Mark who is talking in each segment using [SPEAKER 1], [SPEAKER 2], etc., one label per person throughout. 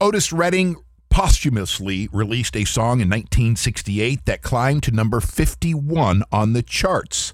[SPEAKER 1] Otis Redding posthumously released a song in 1968 that climbed to number 51 on the charts.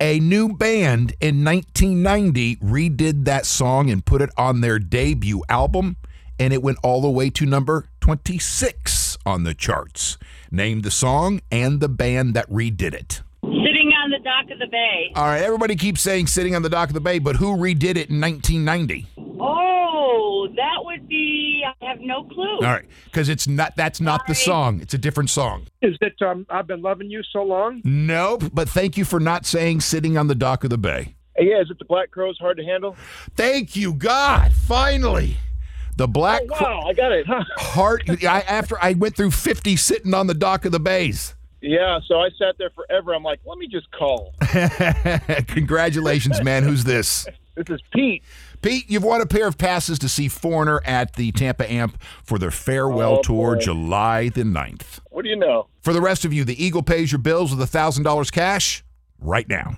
[SPEAKER 1] A new band in 1990 redid that song and put it on their debut album, and it went all the way to number 26 on the charts. Name the song and the band that redid it.
[SPEAKER 2] Sitting on the dock of the bay.
[SPEAKER 1] All right, everybody keeps saying Sitting on the Dock of the Bay, but who redid it in 1990?
[SPEAKER 2] Oh, that would be. I have no clue.
[SPEAKER 1] All right, because it's not that's not the song. It's a different song.
[SPEAKER 3] Is it um, I've been loving you so long?
[SPEAKER 1] Nope. But thank you for not saying sitting on the dock of the bay.
[SPEAKER 3] Yeah, is it the Black Crowes hard to handle?
[SPEAKER 1] Thank you, God. Finally, the black Cro-
[SPEAKER 3] Oh, Wow, I got it. Huh.
[SPEAKER 1] heart. I, after I went through fifty sitting on the dock of the bays.
[SPEAKER 3] Yeah, so I sat there forever. I'm like, let me just call.
[SPEAKER 1] Congratulations, man. Who's this?
[SPEAKER 3] This is Pete.
[SPEAKER 1] Pete, you've won a pair of passes to see Foreigner at the Tampa Amp for their farewell
[SPEAKER 3] Oh,
[SPEAKER 1] tour
[SPEAKER 3] boy.
[SPEAKER 1] July the 9th.
[SPEAKER 3] What do you know?
[SPEAKER 1] For the rest of you, the Eagle pays your bills with $1,000 cash right now.